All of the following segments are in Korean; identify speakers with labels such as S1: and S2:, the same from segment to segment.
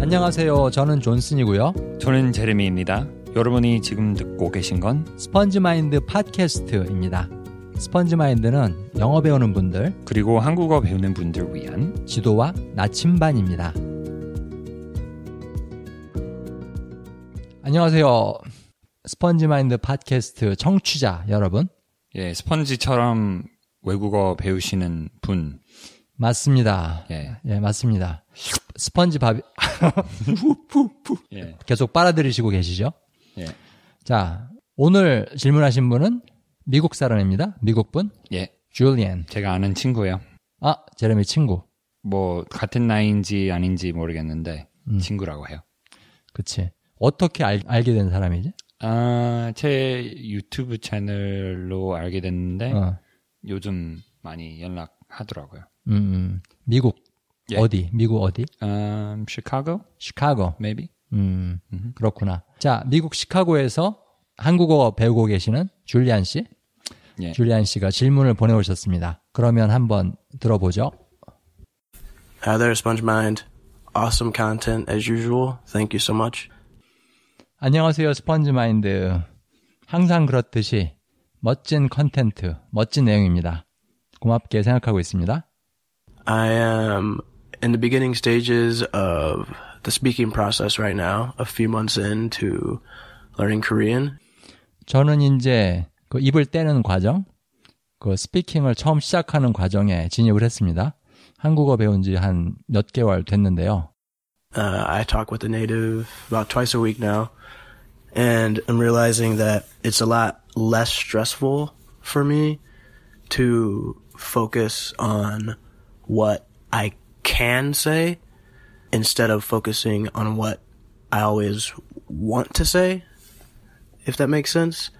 S1: 안녕하세요. 저는 존슨이고요.
S2: 저는 제레미입니다. 여러분이 지금 듣고 계신 건
S1: 스펀지 마인드 팟캐스트입니다. 스펀지 마인드는 영어 배우는 분들,
S2: 그리고 한국어 배우는 분들 위한
S1: 지도와 나침반입니다. 안녕하세요. 스펀지 마인드 팟캐스트 청취자 여러분.
S2: 예, 스펀지처럼 외국어 배우시는 분.
S1: 맞습니다.
S2: 예.
S1: 예, 맞습니다. 스펀지 밥
S2: 예.
S1: 계속 빨아들이시고 계시죠?
S2: 예.
S1: 자, 오늘 질문하신 분은 미국 사람입니다. 미국 분.
S2: 예.
S1: 줄리안.
S2: 제가 아는 친구예요.
S1: 아, 제레미 친구.
S2: 뭐 같은 나이인지 아닌지 모르겠는데 친구라고 해요.
S1: 그치. 어떻게 알, 알게 된 사람이지?
S2: 아, 제 유튜브 채널로 알게 됐는데
S1: 어.
S2: 요즘 많이 연락하더라고요.
S1: 음, 음. 미국.
S2: 예.
S1: 어디? 미국 어디?
S2: 음, 시카고
S1: 시카고.
S2: maybe.
S1: 음, 그렇구나. 자, 미국 시카고에서 한국어 배우고 계시는 줄리안 씨.
S2: 예.
S1: 줄리안 씨가 질문을 보내오셨습니다. 그러면 한번 들어보죠.
S3: Hi there, Sponge Mind. Awesome content as usual. Thank you so much.
S1: 안녕하세요, 스펀지 마인드. 항상 그렇듯이 멋진 컨텐트, 멋진 내용입니다. 고맙게 생각하고 있습니다.
S3: I am in the beginning stages of the speaking process right now, a few months into learning Korean.
S1: 저는 이제 그 입을 떼는 과정, 그 스피킹을 처음 시작하는 과정에 진입을 했습니다. 한국어 배운 지 한 몇 개월 됐는데요.
S3: Uh, I talk with a native about twice a week now, and I'm realizing that it's a lot less stressful for me to focus on what I can say instead of focusing on what I always want to say, if that makes sense.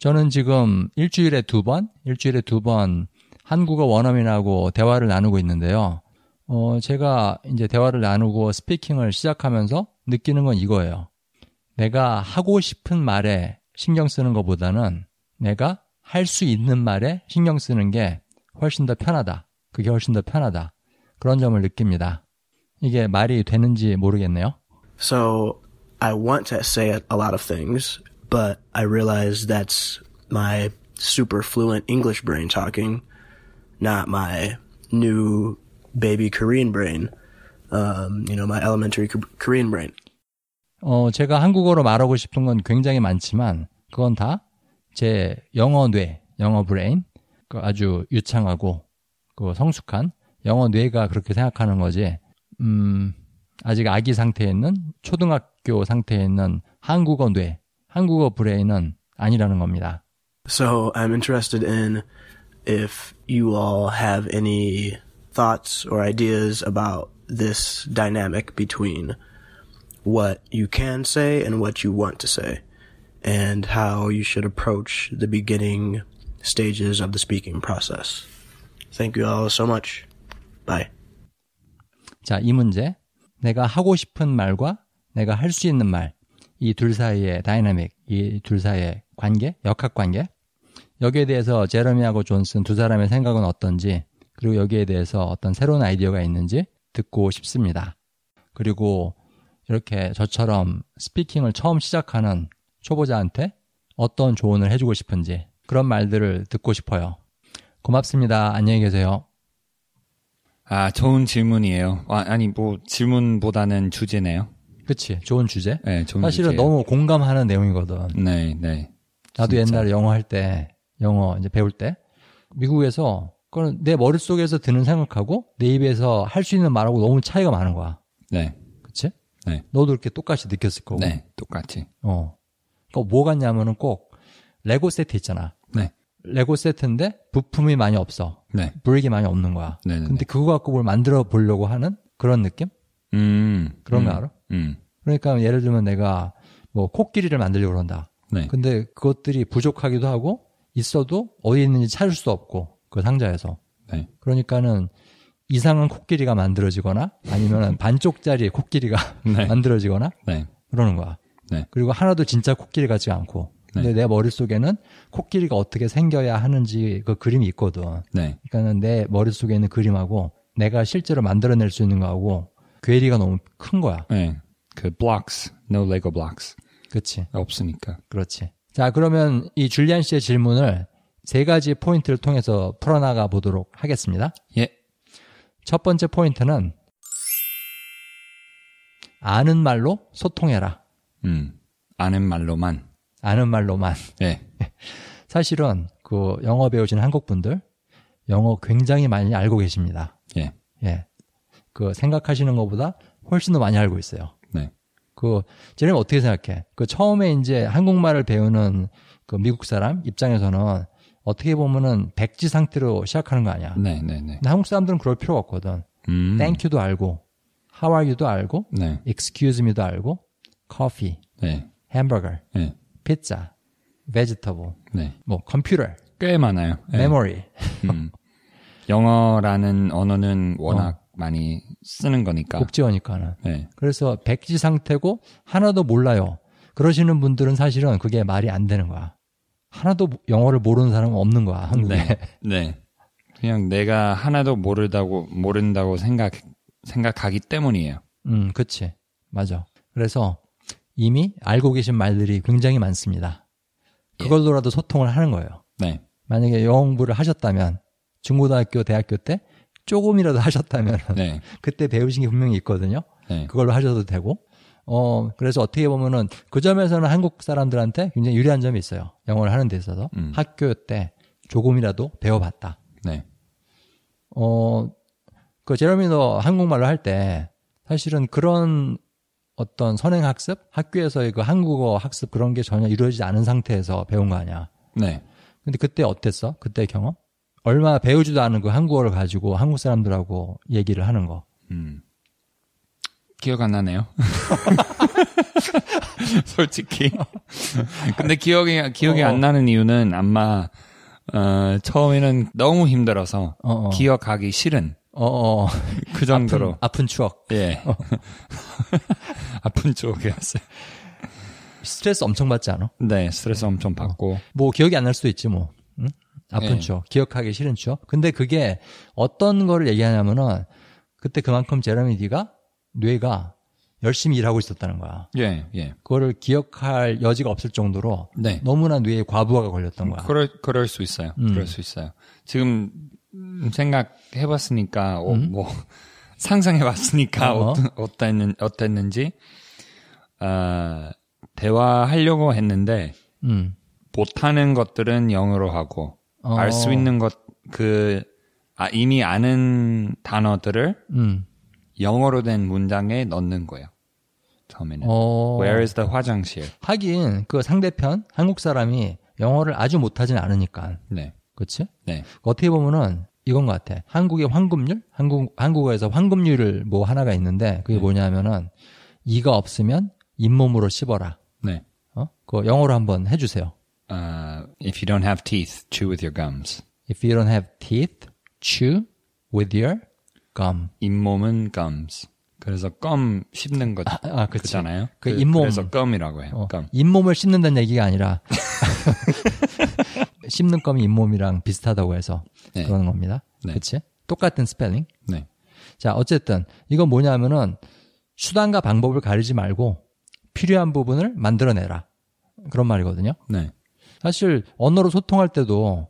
S1: 저는 지금 일주일에 두 번, 일주일에 두 번 한국어 원어민하고 대화를 나누고 있는데요. 어, 제가 이제 대화를 나누고 스피킹을 시작하면서 느끼는 건 이거예요. 내가 하고 싶은 말에 신경 쓰는 것보다는 내가 할 수 있는 말에 신경 쓰는 게 훨씬 더 편하다. 그게 훨씬 더 편하다. 그런 점을 느낍니다. 이게 말이 되는지 모르겠네요.
S3: So I want to say a lot of things, but I realize that's my super fluent English brain talking, not my new baby Korean brain. Um, you know, my elementary K- Korean brain.
S1: 어, 제가 한국어로 말하고 싶은 건 굉장히 많지만 그건 다 제 영어 뇌, 영어 브레인, 그 아주 유창하고 그 성숙한 영어 뇌가 그렇게 생각하는 거지. 음, 아직 아기 상태에 있는 초등학교 상태에 있는 한국어 뇌, 한국어 브레인은 아니라는 겁니다.
S3: So I'm interested in if you all have any thoughts or ideas about this dynamic between what you can say and what you want to say, and how you should approach the beginning stages of the speaking process. Thank you all so much. Bye.
S1: 자, 이 문제. 내가 하고 싶은 말과 내가 할 수 있는 말. 이 둘 사이의 다이나믹, 이 둘 사이의 관계, 역학 관계. 여기에 대해서 제러미하고 존슨 두 사람의 생각은 어떤지, 그리고 여기에 대해서 어떤 새로운 아이디어가 있는지 듣고 싶습니다. 그리고 이렇게 저처럼 스피킹을 처음 시작하는 초보자한테 어떤 조언을 해주고 싶은지 그런 말들을 듣고 싶어요. 고맙습니다. 안녕히 계세요.
S2: 아, 좋은 질문이에요. 아, 아니 뭐 질문보다는 주제네요.
S1: 그치? 좋은 주제?
S2: 네, 좋은
S1: 사실은
S2: 주제예요.
S1: 너무 공감하는 내용이거든.
S2: 네, 네.
S1: 나도 옛날에 영어 할 때, 영어 이제 배울 때, 미국에서, 그건 내 머릿속에서 드는 생각하고, 내 입에서 할 수 있는 말하고 너무 차이가 많은 거야.
S2: 네.
S1: 그치?
S2: 네.
S1: 너도 이렇게 똑같이 느꼈을 거고.
S2: 네, 똑같이.
S1: 어. 그니까 뭐 같냐면은 꼭, 레고 세트 있잖아.
S2: 네,
S1: 레고 세트인데, 부품이 많이 없어.
S2: 네.
S1: 브릭이 많이 없는 거야.
S2: 네네네.
S1: 근데 그거 갖고 뭘 만들어 보려고 하는 그런 느낌?
S2: 음,
S1: 그런
S2: 음,
S1: 거 알아?
S2: 음,
S1: 그러니까 예를 들면 내가 뭐 코끼리를 만들려고 그런다.
S2: 네,
S1: 근데 그것들이 부족하기도 하고 있어도 어디 있는지 찾을 수 없고 그 상자에서
S2: 네.
S1: 그러니까는 이상한 코끼리가 만들어지거나 아니면 반쪽짜리 코끼리가
S2: 네.
S1: 만들어지거나
S2: 네,
S1: 그러는 거야.
S2: 네.
S1: 그리고 하나도 진짜 코끼리 같지 않고 근데 내 머릿속에는 코끼리가 어떻게 생겨야 하는지 그 그림이 있거든.
S2: 네,
S1: 그러니까는 내 머릿속에 있는 그림하고 내가 실제로 만들어낼 수 있는 거하고 괴리가 너무 큰 거야.
S2: 네. 그 blocks, no Lego blocks
S1: 그렇지.
S2: 없으니까.
S1: 그렇지. 자, 그러면 이 줄리안 씨의 질문을 세 가지 포인트를 통해서 풀어나가 보도록 하겠습니다.
S2: 예.
S1: 첫 번째 포인트는 아는 말로 소통해라.
S2: 음. 아는 말로만.
S1: 아는 말로만.
S2: 예.
S1: 사실은 그 영어 배우신 한국 분들 영어 굉장히 많이 알고 계십니다.
S2: 예.
S1: 예. 그 생각하시는 것보다 훨씬 더 많이 알고 있어요.
S2: 네.
S1: 그 쟤네는 어떻게 생각해? 그 처음에 이제 한국말을 배우는 그 미국 사람 입장에서는 어떻게 보면은 백지 상태로 시작하는 거 아니야.
S2: 네, 네, 네.
S1: 근데 한국 사람들은 그럴 필요가 없거든.
S2: 음.
S1: Thank you도 알고, How are you도 알고,
S2: 네.
S1: Excuse me도 알고, Coffee,
S2: 네.
S1: Hamburger,
S2: 예.
S1: Pizza, Vegetable,
S2: 네.
S1: 뭐 Computer,
S2: 꽤 많아요. 예.
S1: Memory.
S2: 음. 영어라는 언어는 워낙 많이 쓰는 거니까.
S1: 국제어니까는.
S2: 네.
S1: 그래서 백지 상태고 하나도 몰라요. 그러시는 분들은 사실은 그게 말이 안 되는 거야. 하나도 영어를 모르는 사람은 없는 거야, 한국에.
S2: 네. 그냥 내가 하나도 모르다고 모른다고 생각 생각하기 때문이에요.
S1: 음, 그치. 맞아. 그래서 이미 알고 계신 말들이 굉장히 많습니다.
S2: 예.
S1: 그걸로라도 소통을 하는 거예요.
S2: 네.
S1: 만약에 영어 공부를 하셨다면, 중고등학교, 대학교 때 조금이라도 하셨다면,
S2: 네.
S1: 그때 배우신 게 분명히 있거든요.
S2: 네.
S1: 그걸로 하셔도 되고, 어, 그래서 어떻게 보면은 그 점에서는 한국 사람들한테 굉장히 유리한 점이 있어요. 영어를 하는 데 있어서.
S2: 음.
S1: 학교 때 조금이라도 배워봤다.
S2: 네.
S1: 어, 그 제러미 너 한국말로 할 때 사실은 그런 어떤 선행 학습, 학교에서의 그 한국어 학습 그런 게 전혀 이루어지지 않은 상태에서 배운 거 아니야.
S2: 네.
S1: 근데 그때 어땠어? 그때 경험? 얼마 배우지도 않은 그 한국어를 가지고 한국 사람들하고 얘기를 하는 거.
S2: 음. 기억 안 나네요. 솔직히. 어. 근데 기억이 기억이 안 나는 이유는 아마 어, 처음에는 너무 힘들어서
S1: 어, 어.
S2: 기억하기 싫은
S1: 어, 어.
S2: 그 정도로
S1: 아픈 추억.
S2: 예 아픈 쪽이었어요.
S1: 스트레스 엄청 받지 않아?
S2: 네 스트레스 엄청 받고
S1: 뭐 기억이 안 날 수도 있지 뭐. 응? 아픈
S2: 네.
S1: 추억, 기억하기 싫은 추억. 근데 그게 어떤 거를 얘기하냐면은 그때 그만큼 제레미 디가 뇌가 열심히 일하고 있었다는 거야.
S2: 예 예.
S1: 그거를 기억할 여지가 없을 정도로
S2: 네.
S1: 너무나 뇌에 과부하가 걸렸던 거야.
S2: 그럴, 그럴 수 있어요.
S1: 음.
S2: 그럴 수 있어요. 지금 음, 생각해봤으니까, 어, 뭐, 상상해봤으니까,
S1: 음? 어.
S2: 어, 어땠는, 어땠는지, 아, 대화하려고 했는데,
S1: 음.
S2: 못하는 것들은 영어로 하고,
S1: 어.
S2: 알 수 있는 것, 그, 아, 이미 아는 단어들을
S1: 음.
S2: 영어로 된 문장에 넣는 거예요. 처음에는.
S1: 어.
S2: 네. Where is the 화장실?
S1: 하긴 그 상대편 한국 사람이 영어를 아주 못하진 않으니까.
S2: 네,
S1: 그렇지?
S2: 네,
S1: 어떻게 보면은 이건 것 같아. 한국의 황금률? 한국, 한국어에서 황금률을 뭐 하나가 있는데
S2: 네.
S1: 그게 뭐냐면은 이가 없으면 잇몸으로 씹어라.
S2: 네.
S1: 어? 그거 영어로 한번 해주세요.
S2: 아, if you don't have teeth, chew with your gums.
S1: If you don't have teeth, chew with your gum.
S2: 잇몸은 gums. 그래서 껌 씹는 거
S1: 아, 그치.
S2: 그잖아요.
S1: 그 잇몸.
S2: 래서 gum이라고 해요.
S1: 어,
S2: gum.
S1: 잇몸을 씹는다는 얘기가 아니라 씹는 껌이 잇몸이랑 비슷하다고 해서
S2: 네.
S1: 그러는 겁니다.
S2: 네.
S1: 그치? 똑같은 스펠링.
S2: 네.
S1: 자, 어쨌든 이건 뭐냐면은 수단과 방법을 가리지 말고 필요한 부분을 만들어내라. 그런 말이거든요.
S2: 네.
S1: 사실 언어로 소통할 때도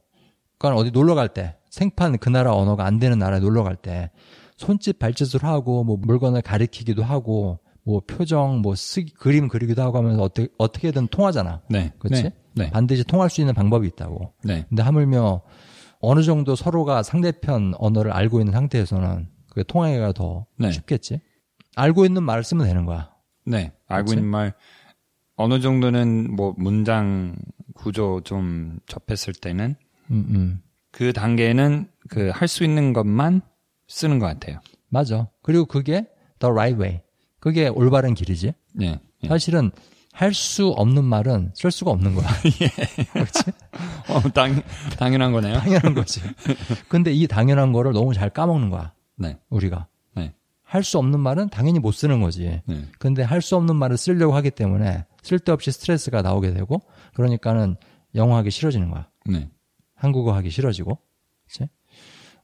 S1: 그러니까 어디 놀러 갈 때 생판 그 나라 언어가 안 되는 나라에 놀러 갈 때 손짓 발짓을 하고 뭐 물건을 가리키기도 하고 뭐 표정 뭐 쓰기 그림 그리기도 하고 하면서 어떻게 어떻게든 통하잖아.
S2: 네.
S1: 그렇지?
S2: 네. 네.
S1: 반드시 통할 수 있는 방법이 있다고.
S2: 네.
S1: 근데 하물며 어느 정도 서로가 상대편 언어를 알고 있는 상태에서는 그게 통하기가 더
S2: 네.
S1: 쉽겠지. 알고 있는 말을 쓰면 되는 거야.
S2: 네. 알고 있는 말 어느 정도는 뭐 문장 구조 좀 접했을 때는
S1: 음, 음.
S2: 그 단계는 그 할 수 있는 것만 쓰는 것 같아요.
S1: 맞아. 그리고 그게 the right way. 그게 올바른 길이지.
S2: 네. 예.
S1: 사실은 할 수 없는 말은 쓸 수가 없는 거야.
S2: 어, 당, 당연한 거네요.
S1: 당연한 거지. 근데 이 당연한 거를 너무 잘 까먹는 거야.
S2: 네.
S1: 우리가.
S2: 네.
S1: 할 수 없는 말은 당연히 못 쓰는 거지.
S2: 네.
S1: 근데 할 수 없는 말을 쓰려고 하기 때문에 쓸데없이 스트레스가 나오게 되고 그러니까는 영어 하기 싫어지는 거야.
S2: 네.
S1: 한국어 하기 싫어지고. 그치?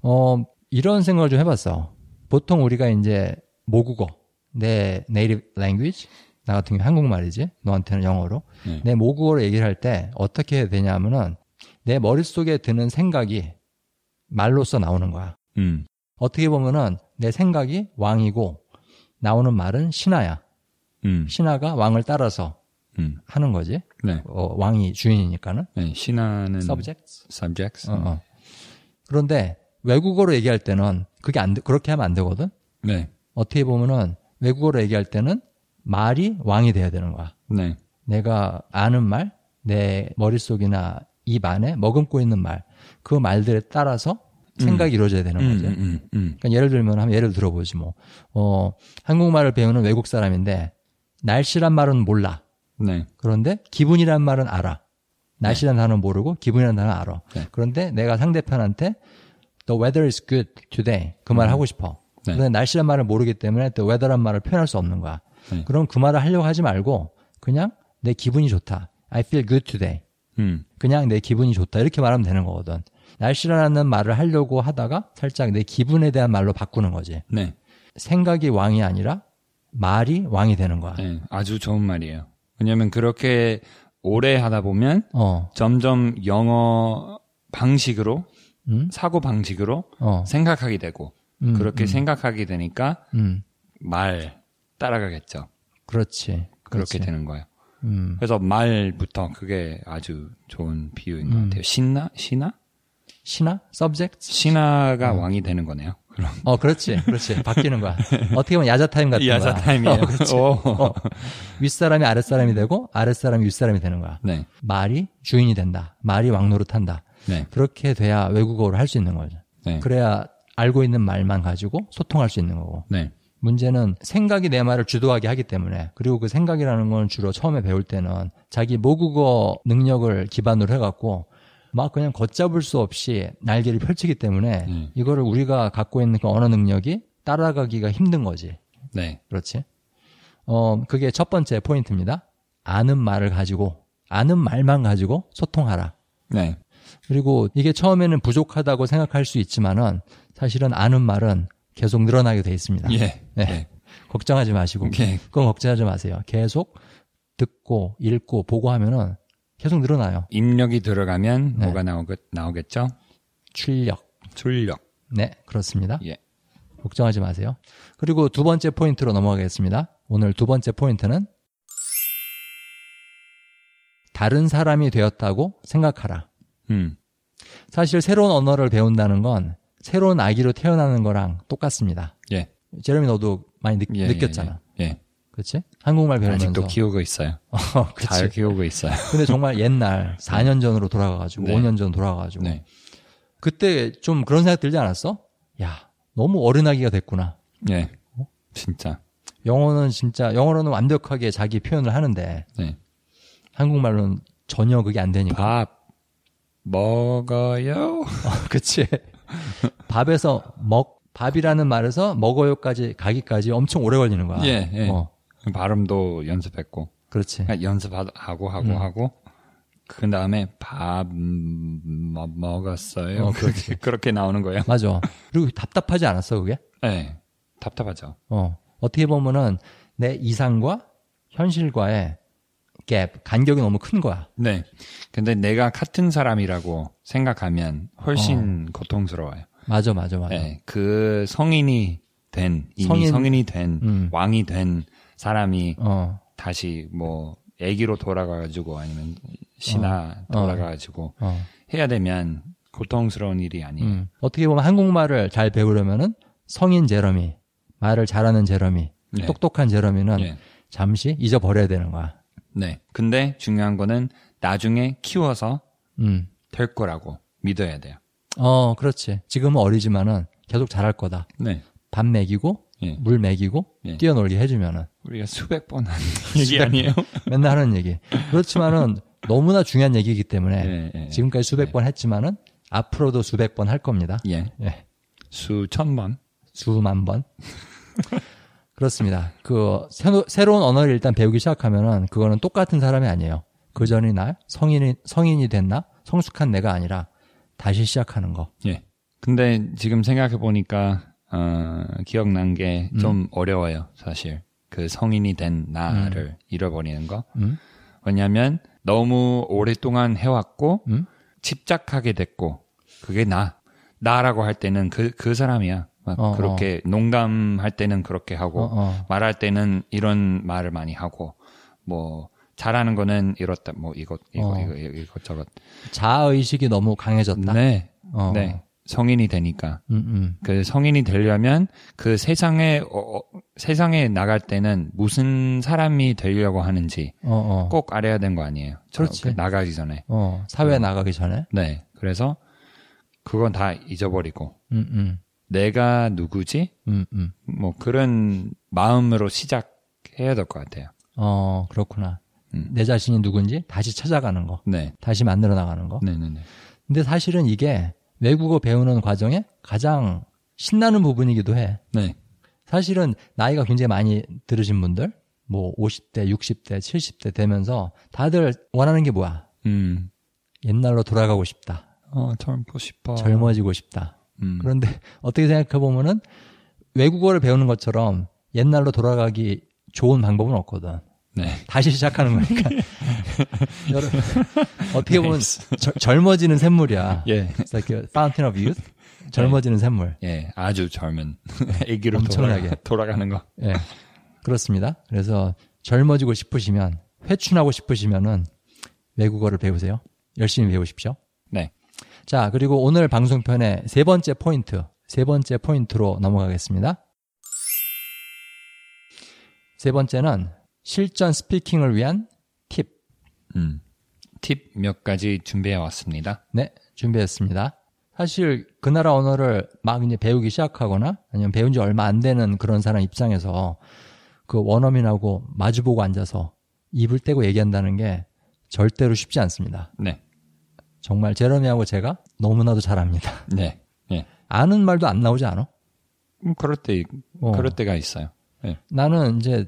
S1: 어, 이런 생각을 좀 해봤어. 보통 우리가 이제 모국어, 내 native language, 나 같은 경우 한국말이지, 너한테는 영어로.
S2: 네.
S1: 내 모국어로 얘기를 할 때 어떻게 해야 되냐 하면은 내 머릿속에 드는 생각이 말로써 나오는 거야.
S2: 음.
S1: 어떻게 보면은 내 생각이 왕이고 나오는 말은 신하야.
S2: 음.
S1: 신하가 왕을 따라서
S2: 음.
S1: 하는 거지.
S2: 네.
S1: 어, 왕이 주인이니까는.
S2: 네. 신하는
S1: subjects.
S2: subjects.
S1: 어, 어. 그런데 외국어로 얘기할 때는 그게 안 돼- 그렇게 하면 안 되거든.
S2: 네.
S1: 어떻게 보면은 외국어로 얘기할 때는 말이 왕이 돼야 되는 거야.
S2: 네.
S1: 내가 아는 말, 내 머릿속이나 입 안에 머금고 있는 말, 그 말들에 따라서 생각이 이루어져야 되는
S2: 음,
S1: 거죠.
S2: 음, 음.
S1: 그러니까 예를 들면 한번 예를 들어보지 뭐. 어, 한국말을 배우는 외국 사람인데 날씨란 말은 몰라.
S2: 네.
S1: 그런데 기분이란 말은 알아. 날씨란 단어는 모르고 기분이란 단어는 알아.
S2: 네.
S1: 그런데 내가 상대편한테 the weather is good today 그 말 하고 싶어.
S2: 네.
S1: 그런데 날씨란 말을 모르기 때문에 the weather란 말을 표현할 수 없는 거야.
S2: 네.
S1: 그럼 그 말을 하려고 하지 말고 그냥 내 기분이 좋다. I feel good today.
S2: 음.
S1: 그냥 내 기분이 좋다 이렇게 말하면 되는 거거든. 날씨라는 말을 하려고 하다가 살짝 내 기분에 대한 말로 바꾸는 거지.
S2: 네.
S1: 생각이 왕이 아니라 말이 왕이 되는 거야.
S2: 네. 아주 좋은 말이에요. 왜냐면 그렇게 오래 하다 보면
S1: 어,
S2: 점점 영어 방식으로
S1: 음?
S2: 사고 방식으로
S1: 어,
S2: 생각하게 되고
S1: 음,
S2: 그렇게 생각하게 되니까
S1: 음,
S2: 말 따라가겠죠.
S1: 그렇지. 그렇지.
S2: 그렇게 되는 거예요.
S1: 음,
S2: 그래서 말부터 그게 아주 좋은 비유인 것 같아요. 신나? 신하?
S1: 신화? subject?
S2: 신하가 음. 왕이 되는 거네요. 그럼
S1: 어, 그렇지, 그렇지. 바뀌는 거야. 어떻게 보면 야자타임 같은 거야.
S2: 야자타임이에요.
S1: 어, 그렇지.
S2: 오.
S1: 어, 윗사람이 아랫사람이 되고, 아랫사람이 윗사람이 되는 거야.
S2: 네.
S1: 말이 주인이 된다. 말이 왕노릇한다.
S2: 네.
S1: 그렇게 돼야 외국어를 할 수 있는 거죠.
S2: 네.
S1: 그래야 알고 있는 말만 가지고 소통할 수 있는 거고.
S2: 네.
S1: 문제는 생각이 내 말을 주도하게 하기 때문에 그리고 그 생각이라는 건 주로 처음에 배울 때는 자기 모국어 능력을 기반으로 해갖고 막 그냥 걷잡을 수 없이 날개를 펼치기 때문에
S2: 음.
S1: 이거를 우리가 갖고 있는 그 언어 능력이 따라가기가 힘든 거지.
S2: 네.
S1: 그렇지? 어, 그게 첫 번째 포인트입니다. 아는 말을 가지고, 아는 말만 가지고 소통하라.
S2: 네.
S1: 그리고 이게 처음에는 부족하다고 생각할 수 있지만은 사실은 아는 말은 계속 늘어나게 돼 있습니다.
S2: 예.
S1: 네.
S2: 네.
S1: 걱정하지 마시고
S2: 예.
S1: 그건 걱정하지 마세요. 계속 듣고 읽고 보고 하면은 계속 늘어나요.
S2: 입력이 들어가면
S1: 네.
S2: 뭐가 나오겠, 나오겠죠?
S1: 출력.
S2: 출력.
S1: 네, 그렇습니다.
S2: 예.
S1: 걱정하지 마세요. 그리고 두 번째 포인트로 넘어가겠습니다. 오늘 두 번째 포인트는 다른 사람이 되었다고 생각하라.
S2: 음.
S1: 사실 새로운 언어를 배운다는 건 새로운 아기로 태어나는 거랑 똑같습니다.
S2: 예.
S1: 제롬이 너도 많이 느,
S2: 예,
S1: 느꼈잖아.
S2: 예. 예.
S1: 그렇지? 한국말 배우면서
S2: 아직도 키우고 있어요.
S1: 어, 그치.
S2: 잘 키우고 있어요.
S1: 근데 정말 옛날 4년 전으로 돌아가가지고
S2: 네.
S1: 5년 전 돌아가가지고
S2: 네.
S1: 그때 좀 그런 생각 들지 않았어? 야 너무 어른아기가 됐구나.
S2: 예.
S1: 어?
S2: 진짜.
S1: 영어는 진짜 영어로는 완벽하게 자기 표현을 하는데
S2: 네.
S1: 한국말로는 전혀 그게 안 되니까.
S2: 밥 먹어요.
S1: 그치? 밥에서 먹 밥이라는 말에서 먹어요까지 가기까지 엄청 오래 걸리는 거야.
S2: 예, 예.
S1: 어,
S2: 발음도 연습했고.
S1: 그렇지.
S2: 그러니까 연습하고 하고
S1: 음.
S2: 하고 그 다음에 밥 음, 뭐 먹- 먹었어요.
S1: 어,
S2: 그렇게 그렇게 나오는 거예요.
S1: 맞아. 그리고 답답하지 않았어 그게?
S2: 네, 답답하죠.
S1: 어, 어떻게 보면은 내 이상과 현실과의 갭 간격이 너무 큰 거야.
S2: 네, 근데 내가 같은 사람이라고 생각하면 훨씬 고통스러워요.
S1: 맞아, 맞아, 맞아.
S2: 네, 그 성인이 된 이미
S1: 성인-
S2: 성인, 이된
S1: 음.
S2: 왕이 된 사람이
S1: 어,
S2: 다시 뭐 아기로 돌아가가지고 아니면 신하
S1: 어.
S2: 돌아가가지고
S1: 어.
S2: 해야 되면 고통스러운 일이 아니에요.
S1: 음. 어떻게 보면 한국말을 잘 배우려면은 성인 제러미, 말을 잘하는 제러미,
S2: 네.
S1: 똑똑한 제러미는
S2: 네.
S1: 잠시 잊어버려야 되는 거야.
S2: 네. 근데 중요한 거는 나중에 키워서
S1: 음.
S2: 될 거라고 믿어야 돼요.
S1: 어, 그렇지. 지금은 어리지만은 계속 잘할 거다.
S2: 네.
S1: 밥 먹이고,
S2: 예.
S1: 물 먹이고,
S2: 예.
S1: 뛰어놀게 해주면은
S2: 우리가 수백 번 한 얘기 아니에요?
S1: 맨날 하는 얘기. 그렇지만은 너무나 중요한 얘기이기 때문에
S2: 예, 예.
S1: 지금까지 수백 번 했지만은 앞으로도 수백 번 할 겁니다.
S2: 예.
S1: 예.
S2: 수천 번.
S1: 수만 번. 그렇습니다. 그 새로, 새로운 언어를 일단 배우기 시작하면은 그거는 똑같은 사람이 아니에요. 그 전이 나 성인이 성인이 됐나 성숙한 내가 아니라 다시 시작하는 거.
S2: 예. 근데 지금 생각해 보니까 어, 기억난 게
S1: 음.
S2: 좀 어려워요, 사실. 그 성인이 된 나를 잃어버리는 거.
S1: 음.
S2: 왜냐면 너무 오랫동안 해왔고,
S1: 음.
S2: 집착하게 됐고, 그게 나. 나라고 할 때는 그, 그 사람이야. 막
S1: 어,
S2: 그렇게 농담할 때는 그렇게 하고,
S1: 어, 어.
S2: 말할 때는 이런 말을 많이 하고, 뭐, 잘하는 거는 이렇다, 뭐, 이것, 이거,
S1: 어.
S2: 이거, 이거, 이거, 저것.
S1: 자아의식이 너무 강해졌다.
S2: 네.
S1: 어.
S2: 네. 성인이 되니까.
S1: 음, 음.
S2: 그 성인이 되려면 그 세상에 어, 어, 세상에 나갈 때는 무슨 사람이 되려고 하는지
S1: 어, 어.
S2: 꼭 알아야 되는 거 아니에요.
S1: 그렇지.
S2: 어, 그 나가기 전에.
S1: 어, 사회에 나가기 전에.
S2: 네. 그래서 그건 다 잊어버리고
S1: 음, 음.
S2: 내가 누구지?
S1: 음, 음.
S2: 뭐 그런 마음으로 시작해야 될 것 같아요.
S1: 어, 그렇구나.
S2: 음.
S1: 내 자신이 누군지 다시 찾아가는 거.
S2: 네.
S1: 다시 만들어 나가는 거.
S2: 네, 네, 네.
S1: 근데 사실은 이게 외국어 배우는 과정에 가장 신나는 부분이기도 해.
S2: 네.
S1: 사실은 나이가 굉장히 많이 들으신 분들, 뭐 50대, 60대, 70대 되면서 다들 원하는 게 뭐야?
S2: 음.
S1: 옛날로 돌아가고 싶다.
S2: 어, 젊고 싶어.
S1: 젊어지고 싶다.
S2: 음.
S1: 그런데 어떻게 생각해 보면은 외국어를 배우는 것처럼 옛날로 돌아가기 좋은 방법은 없거든.
S2: 네.
S1: 다시 시작하는 거니까. 여러분, 어떻게 보면 절- 젊어지는 샘물이야.
S2: 예.
S1: It's like a fountain of youth. 젊어지는 샘물.
S2: 예. 아주 젊은 아기로
S1: 엄청나게.
S2: 돌아가, 돌아가는 거.
S1: 예. 그렇습니다. 그래서 젊어지고 싶으시면, 회춘하고 싶으시면은 외국어를 배우세요. 열심히 배우십시오.
S2: 네.
S1: 자, 그리고 오늘 방송편의 세 번째 포인트, 세 번째 포인트로 넘어가겠습니다. 세 번째는 실전 스피킹을 위한 팁.
S2: 음. 팁 몇 가지 준비해 왔습니다.
S1: 네, 준비했습니다. 사실 그 나라 언어를 막 이제 배우기 시작하거나 아니면 배운 지 얼마 안 되는 그런 사람 입장에서 그 원어민하고 마주보고 앉아서 입을 떼고 얘기한다는 게 절대로 쉽지 않습니다.
S2: 네.
S1: 정말 제러미하고 제가 너무나도 잘합니다.
S2: 네. 예.
S1: 아는 말도 안 나오지 않아?
S2: 음, 그럴 때,
S1: 어.
S2: 그럴 때가 있어요. 예.
S1: 나는 이제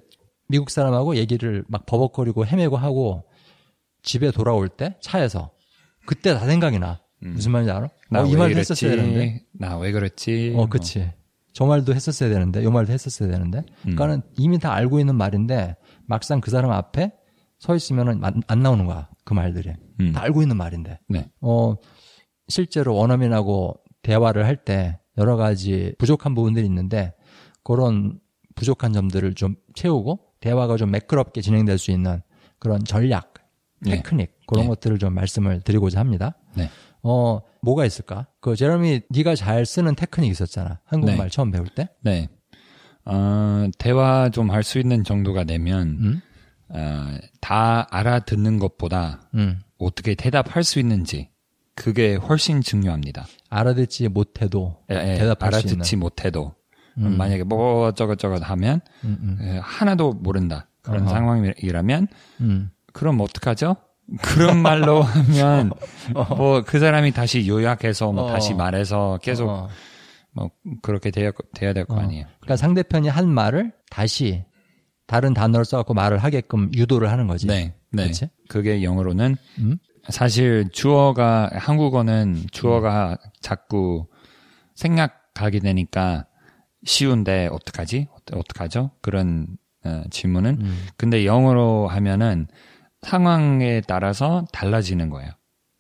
S1: 미국 사람하고 얘기를 막 버벅거리고 헤매고 하고 집에 돌아올 때 차에서 그때 다 생각이 나. 무슨 말인지 알아?
S2: 나
S1: 어,
S2: 왜
S1: 이 말도
S2: 그랬지?
S1: 했었어야 되는데.
S2: 나 왜 그랬지?
S1: 어, 그치. 저 말도 했었어야 되는데, 요 말도 했었어야 되는데.
S2: 음.
S1: 그러니까는 이미 다 알고 있는 말인데, 막상 그 사람 앞에 서 있으면은 안, 안 나오는 거야. 그 말들이.
S2: 음.
S1: 다 알고 있는 말인데.
S2: 네.
S1: 어, 실제로 원어민하고 대화를 할 때 여러 가지 부족한 부분들이 있는데, 그런 부족한 점들을 좀 채우고, 대화가 좀 매끄럽게 진행될 수 있는 그런 전략,
S2: 예.
S1: 테크닉, 그런
S2: 예.
S1: 것들을 좀 말씀을 드리고자 합니다.
S2: 네.
S1: 어, 뭐가 있을까? 그 제러미 네가 잘 쓰는 테크닉 있었잖아. 한국말
S2: 네.
S1: 처음 배울 때.
S2: 네. 어, 대화 좀 할 수 있는 정도가 되면,
S1: 음.
S2: 어, 다 알아듣는 것보다
S1: 음.
S2: 어떻게 대답할 수 있는지, 그게 훨씬 중요합니다.
S1: 알아듣지 못해도
S2: 예, 예.
S1: 대답할 수 있는.
S2: 알아듣지 못해도. 만약에 뭐, 저것, 저것 하면,
S1: 음,
S2: 예, 하나도 모른다. 그런
S1: 어허.
S2: 상황이라면,
S1: 음. 음.
S2: 그럼 어떡하죠? 그런 말로 하면 뭐 그 사람이 다시 요약해서 뭐
S1: 어.
S2: 다시 말해서 계속
S1: 어.
S2: 뭐 그렇게 돼야, 돼야 될 거
S1: 어.
S2: 아니에요.
S1: 그러니까 상대편이 한 말을 다시 다른 단어를 써갖고 말을 하게끔 유도를 하는 거지.
S2: 네, 네.
S1: 그치?
S2: 그게 영어로는
S1: 음?
S2: 사실 주어가 한국어는 주어가 자꾸 생각하게 되니까 쉬운데 어떡하지? 어떡- 어떡하죠? 그런 어, 질문은
S1: 음.
S2: 근데 영어로 하면은 상황에 따라서 달라지는 거예요.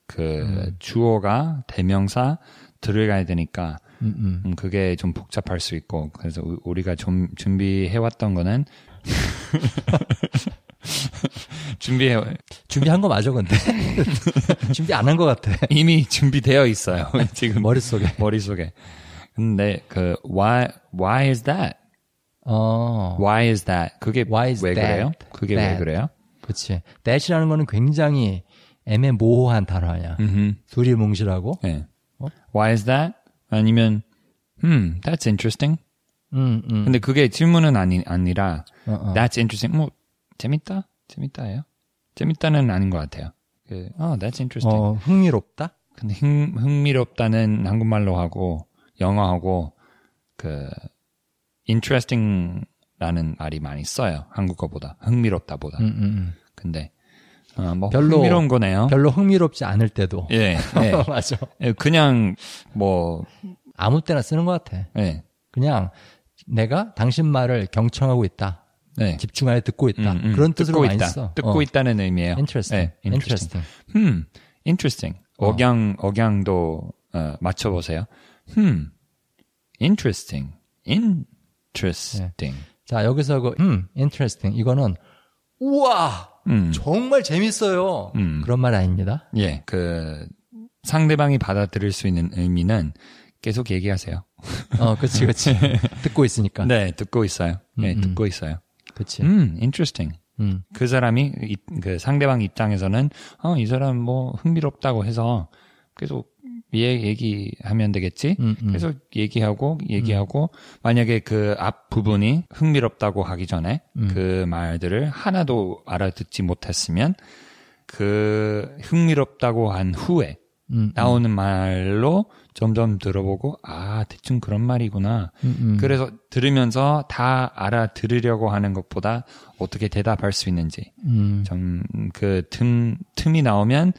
S2: 그
S1: 음.
S2: 주어가 대명사 들어가야 되니까
S1: 음, 음.
S2: 음, 그게 좀 복잡할 수 있고 그래서 우- 우리가 좀 준비해 왔던 거는 준비해
S1: 준비한 거 맞아, 근데. 준비 안 한 거 같아.
S2: 이미 준비되어 있어요 지금
S1: 머릿속에.
S2: 머릿속에 근데 그 why why is that
S1: 어.
S2: why is that 그게
S1: Why is
S2: 왜
S1: that?
S2: 그래요 그게 왜
S1: That.
S2: 그래요
S1: 그치. that이라는 거는 굉장히 애매모호한 단어 아니야.
S2: 음
S1: 두리뭉실하고.
S2: 예.
S1: 어?
S2: Why is that? 아니면 Hmm, that's interesting.
S1: 음, 음.
S2: 근데 그게 질문은 아니 아니라
S1: 어, 어.
S2: That's interesting. 뭐 재밌다, 재밌다예요. 재밌다는 아닌 것 같아요. 그, 어, that's interesting.
S1: 어, 흥미롭다?
S2: 근데 흥, 흥미롭다는 한국말로 하고 영어하고 그 interesting라는 말이 많이 써요. 한국어보다 흥미롭다보다.
S1: 음, 음,
S2: 근데 어, 뭐
S1: 별로-
S2: 흥미로운 거네요.
S1: 음. 별로 네. 흥미롭지 않을 때도.
S2: 예, 예.
S1: 맞아.
S2: 예, 그냥 뭐
S1: 아무 때나 쓰는 것 같아.
S2: 예.
S1: 그냥 내가 당신 말을 경청하고 있다.
S2: 네.
S1: 집중하여 듣고 있다.
S2: 음, 음.
S1: 그런 뜻으로
S2: 듣고
S1: 많이
S2: 있다.
S1: 써.
S2: 듣고
S1: 어.
S2: 있다는 의미예요.
S1: Interesting.
S2: 네, interesting.
S1: interesting.
S2: 음, interesting. 억양, 억양도 어, 맞춰보세요. 음, interesting. interesting.
S1: 자, 여기서 그, 음, interesting. 이거는, 우와!
S2: 음.
S1: 정말 재밌어요.
S2: 음.
S1: 그런 말 아닙니다.
S2: 예, 그 상대방이 받아들일 수 있는 의미는 계속 얘기하세요.
S1: 어, 그치, 그치. 듣고 있으니까.
S2: 네, 듣고 있어요. 네,
S1: 음, 음.
S2: 듣고 있어요.
S1: 그치.
S2: 음, interesting.
S1: 예. 음.
S2: 그 사람이 이- 그 상대방 입장에서는 어, 이 사람 뭐 흥미롭다고 해서 계속 얘 얘기하면 되겠지.
S1: 음, 음.
S2: 계속 얘기하고 얘기하고 만약에 그 앞 부분이 흥미롭다고 하기 전에
S1: 음.
S2: 그 말들을 하나도 알아듣지 못했으면 그 흥미롭다고 한 후에
S1: 음,
S2: 나오는 말로 점점 들어보고 아 대충 그런 말이구나
S1: 음, 음.
S2: 그래서 들으면서 다 알아들으려고 하는 것보다 어떻게 대답할 수 있는지
S1: 음.
S2: 좀 그 틈 틈이 나오면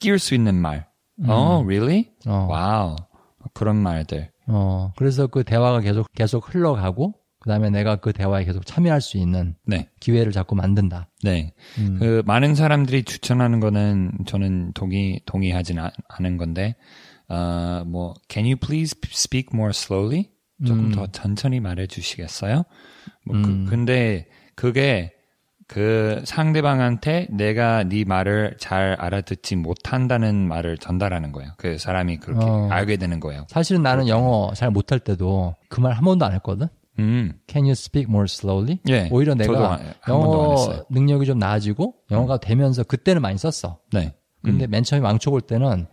S2: 끼울 수 있는 말. 어, really?
S1: 어.
S2: 와우. 그런 말들.
S1: 어, 그래서 그 대화가 계속, 계속 흘러가고, 그 다음에 내가 그 대화에 계속 참여할 수 있는
S2: 네.
S1: 기회를 자꾸 만든다.
S2: 네.
S1: 음.
S2: 그 많은 사람들이 추천하는 거는 저는 동의 동의하진 않- 않은 건데 어뭐 can you please speak more slowly?
S1: 음.
S2: 조금 더 천천히 말해 주시겠어요? 뭐 그- 근데 그게 그 상대방한테 내가 네 말을 잘 알아듣지 못한다는 말을 전달하는 거예요. 그 사람이 그렇게
S1: 어.
S2: 알게 되는 거예요.
S1: 사실은 나는 영어 잘 못할 때도 그 말 한 번도 안 했거든?
S2: 음.
S1: Can you speak more slowly?
S2: 예.
S1: 오히려
S2: 저도
S1: 내가
S2: 한- 한 번도 안
S1: 영어
S2: 했어요.
S1: 능력이 좀 나아지고 영어가 되면서 그때는 많이 썼어.
S2: 네.
S1: 근데 맨 처음에 왕초 볼 때는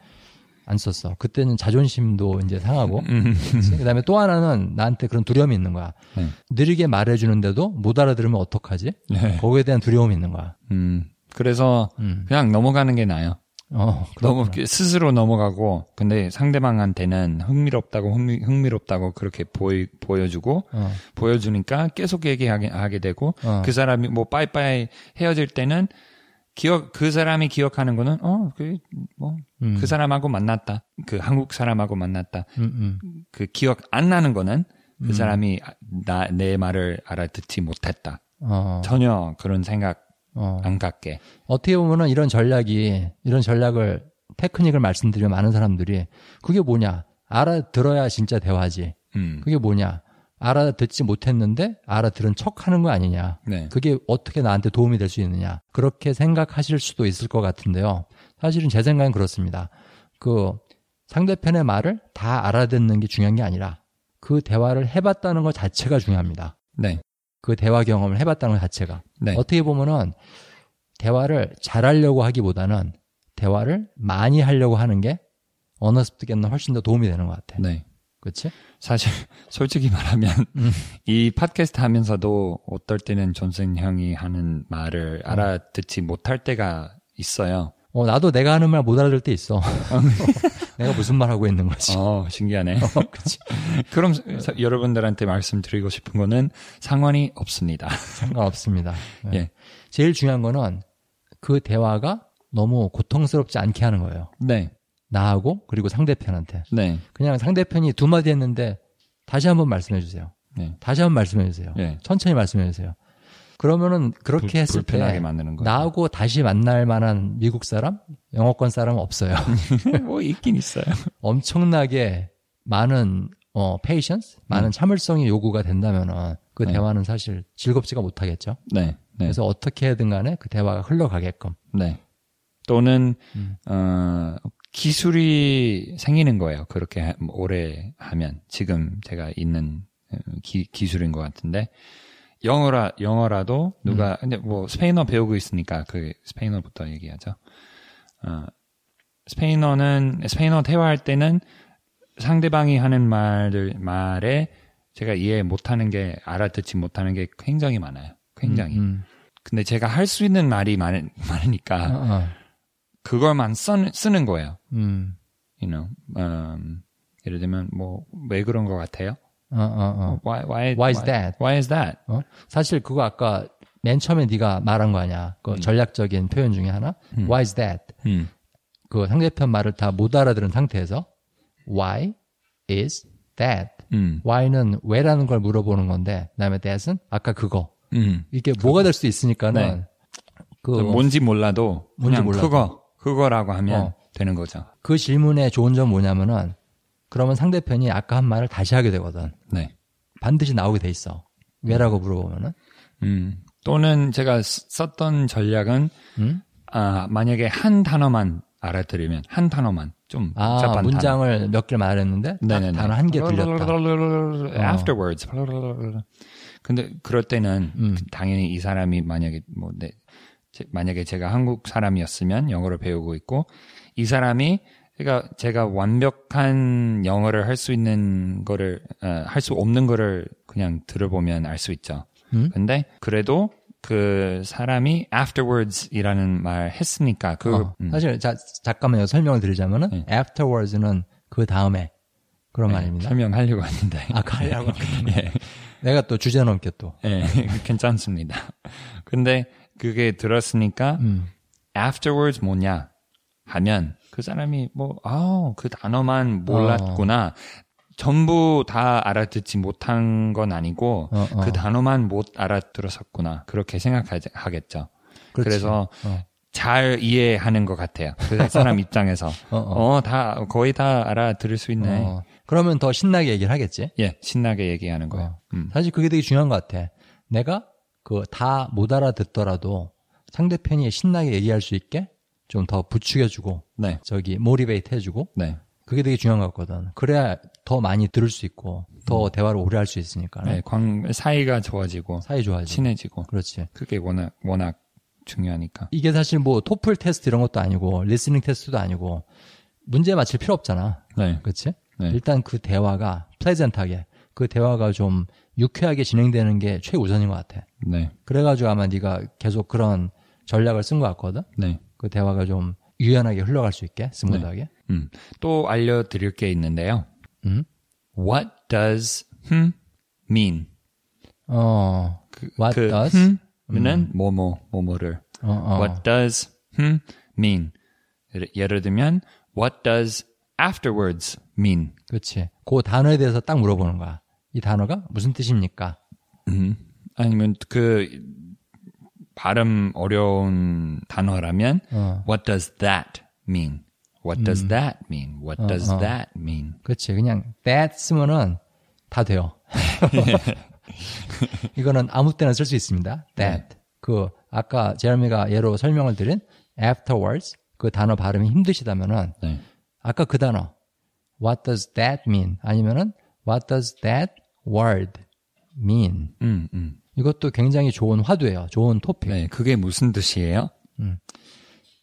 S1: 안 썼어. 그때는 자존심도 이제 상하고. 그 다음에 또 하나는 나한테 그런 두려움이 있는 거야.
S2: 네.
S1: 느리게 말해주는데도 못 알아들으면 어떡하지?
S2: 네.
S1: 거기에 대한 두려움이 있는 거야.
S2: 음. 그래서
S1: 음.
S2: 그냥 넘어가는 게 나아요.
S1: 어,
S2: 너무 스스로 넘어가고 근데 상대방한테는 흥미롭다고 흥미, 흥미롭다고 그렇게 보이, 보여주고
S1: 어.
S2: 보여주니까 계속 얘기하게 하게 되고
S1: 어.
S2: 그 사람이 뭐 빠이빠이 헤어질 때는 기억 그 사람이 기억하는 거는 어, 어그뭐그
S1: 음.
S2: 사람하고 만났다 그 한국 사람하고 만났다
S1: 음, 음.
S2: 그 기억 안 나는 거는 그 사람이 나 내 말을 알아듣지 못했다
S1: 어,
S2: 전혀 그런 생각
S1: 어.
S2: 안 갖게
S1: 어떻게 보면은 이런 전략이 이런 전략을 테크닉을 말씀드리면 많은 사람들이 그게 뭐냐 알아들어야 진짜 대화지
S2: 음
S1: 그게 뭐냐 알아듣지 못했는데 알아들은 척하는 거 아니냐
S2: 네.
S1: 그게 어떻게 나한테 도움이 될 수 있느냐 그렇게 생각하실 수도 있을 것 같은데요 사실은 제 생각은 그렇습니다 그 상대편의 말을 다 알아듣는 게 중요한 게 아니라 그 대화를 해봤다는 것 자체가 중요합니다
S2: 네.
S1: 그 대화 경험을 해봤다는 것 자체가
S2: 네.
S1: 어떻게 보면은 대화를 잘하려고 하기보다는 대화를 많이 하려고 하는 게 언어 습득에는 훨씬 더 도움이 되는 것 같아.
S2: 네.
S1: 그렇지?
S2: 사실 솔직히 말하면 이 팟캐스트 하면서도 어떨 때는 존슨 형이 하는 말을 알아듣지 못할 때가 있어요.
S1: 어, 나도 내가 하는 말 못 알아들 때 있어. 내가 무슨 말 하고 있는 거지?
S2: 네. 어, 신기하네.
S1: 그치.
S2: 그럼 사- 여러분들한테 말씀드리고 싶은 거는 상관이 없습니다.
S1: 상관없습니다. 네.
S2: 예.
S1: 제일 중요한 거는 그 대화가 너무 고통스럽지 않게 하는 거예요.
S2: 네.
S1: 나하고 그리고 상대편한테.
S2: 네.
S1: 그냥 상대편이 두 마디 했는데 다시 한번 말씀해 주세요.
S2: 네.
S1: 다시 한번 말씀해 주세요.
S2: 예.
S1: 네, 천천히 말씀해 주세요. 그러면은 그렇게
S2: 불-
S1: 했을 때
S2: 불편하게 만드는 거예요.
S1: 나하고 다시 만날 만한 미국 사람, 영어권 사람은 없어요.
S2: 뭐 있긴 있어요.
S1: 엄청나게 많은 어 patience, 많은 참을성이 요구가 된다면은 그
S2: 음. 네.
S1: 대화는 사실 즐겁지가 못하겠죠.
S2: 네. 네.
S1: 그래서 어떻게든 간에 그 대화가 흘러가게끔.
S2: 네. 또는
S1: 음.
S2: 어, 기술이 생기는 거예요. 그렇게 하- 오래 하면 지금 제가 있는 어, 기, 기술인 것 같은데 영어라 영어라도
S1: 음.
S2: 누가 근데 뭐 스페인어 배우고 있으니까 그 스페인어부터 얘기하죠. 어, 스페인어는 스페인어 대화할 때는 상대방이 하는 말들 말에 제가 이해 못하는 게 알아듣지 못하는 게 굉장히 많아요. 굉장히.
S1: 음.
S2: 근데 제가 할 수 있는 말이 많,
S1: 어,
S2: 많으니까
S1: 어.
S2: 그걸만 쓰, 쓰는 거예요.
S1: 음.
S2: You know, um, 예를 들면 뭐 왜 그런 것 같아요?
S1: 어, 어, 어.
S2: Why, why,
S1: Why is that?
S2: Why is that?
S1: 어? 사실 그거 아까 맨 처음에 네가 말한 거 아니야. 그 전략적인 표현 중에 하나. Why is that?
S2: 음,
S1: 그 상대편 말을 다 못 알아들은 상태에서 Why is that.
S2: 음.
S1: why는 왜라는 걸 물어보는 건데, 그다음에 that은 아까 그거.
S2: 음.
S1: 이게 뭐가 될 수 있으니까는
S2: 네. 뭐-
S1: 그,
S2: 뭔지 몰라도
S1: 뭔지
S2: 그냥
S1: 몰라도.
S2: 그거 그거라고 하면
S1: 어.
S2: 되는 거죠.
S1: 그 질문의 좋은 점 뭐냐면은 그러면 상대편이 아까 한 말을 다시 하게 되거든.
S2: 네.
S1: 반드시 나오게 돼 있어. 왜라고 물어보면은.
S2: 음. 또는 제가 쓰- 썼던 전략은
S1: 음?
S2: 아, 만약에 한 단어만 알아들으면 한 단어만 좀 복잡한
S1: 아,
S2: 단어.
S1: 문장을 몇 개를 말했는데 딱
S2: 네네네.
S1: 단어 한 개 들렸다.
S2: 들렸다. Afterwards. 근데 그럴 때는
S1: 음.
S2: 당연히 이 사람이 만약에 뭐 내, 제- 만약에 제가 한국 사람이었으면 영어를 배우고 있고 이 사람이 제가 제가 완벽한 영어를 할 수 있는 거를 할 수 없는 거를 그냥 들어보면 알 수 있죠.
S1: 음?
S2: 근데 그래도 그 사람이 afterwards이라는 말 했으니까 그
S1: 어,
S2: 음, 네.
S1: 사실 자, 잠깐만요. 설명을 드리자면은 afterwards는 그 다음에 그런 말입니다.
S2: 설명하려고 했는데
S1: 아, 그려고
S2: 예.
S1: 내가 또 주제 넘게 또.
S2: 예, 괜찮습니다. 근데 그게 들었으니까
S1: 음.
S2: afterwards 뭐냐 하면 그 사람이 뭐 아우 그 단어만 몰랐구나. 전부 다 알아듣지 못한 건 아니고
S1: 어, 어.
S2: 그 단어만 못 알아들었었구나 그렇게 생각하겠죠.
S1: 그렇지.
S2: 그래서
S1: 어.
S2: 잘 이해하는 것 같아요. 그 사람 입장에서
S1: 어, 어.
S2: 어다 거의 다 알아들을 수 있네.
S1: 어, 그러면 더 신나게 얘기를 하겠지.
S2: 예, 신나게 얘기하는 거예요.
S1: 어.
S2: 음.
S1: 사실 그게 되게 중요한 것 같아. 내가 그 다 못 알아듣더라도 상대편이 신나게 얘기할 수 있게 좀 더 부추겨주고
S2: 네,
S1: 저기 모티베이트 해주고
S2: 네.
S1: 그게 되게 중요한 것 같거든. 그래야 더 많이 들을 수 있고 더 대화를 오래 할 수 있으니까
S2: 음. 네, 광, 사이가 좋아지고
S1: 사이 좋아지.
S2: 친해지고
S1: 그렇지.
S2: 그게 워낙 워낙 중요하니까.
S1: 이게 사실 뭐 토플 테스트 이런 것도 아니고 리스닝 테스트도 아니고 문제 맞힐 필요 없잖아.
S2: 네.
S1: 그렇지?
S2: 네.
S1: 일단 그 대화가 플레젠트하게 그 대화가 좀 유쾌하게 진행되는 게 최우선인 것 같아.
S2: 네.
S1: 그래가지고 아마 네가 계속 그런 전략을 쓴 것 같거든.
S2: 네.
S1: 그 대화가 좀 유연하게 흘러갈 수 있게 스무드하게.
S2: 음. 또 알려 드릴 게 있는데요.
S1: 음.
S2: What does 흠 mean?
S1: 어. What
S2: 그
S1: does?
S2: 흠은 뭐뭐 뭐뭐를.
S1: 어, 어.
S2: What does 흠 mean? 예를 들면 What does afterwards mean?
S1: 그렇지. 그 단어에 대해서 딱 물어보는 거야. 이 단어가 무슨 뜻입니까?
S2: 음. 아니면 그 발음 어려운 단어라면
S1: 어. 음.
S2: What does that mean? What does that mean?
S1: 어,
S2: What does that mean?
S1: 그렇지. 그냥 that 쓰면은 다 돼요. 이거는 아무 때나 쓸 수 있습니다. that.
S2: 네.
S1: 그 아까 제르미가 예로 설명을 드린 afterwards 그 단어 발음이 힘드시다면은
S2: 네.
S1: 아까 그 단어 what does that mean 아니면은 what does that word mean
S2: 음, 음.
S1: 이것도 굉장히 좋은 화두예요. 좋은 토픽.
S2: 네, 그게 무슨 뜻이에요?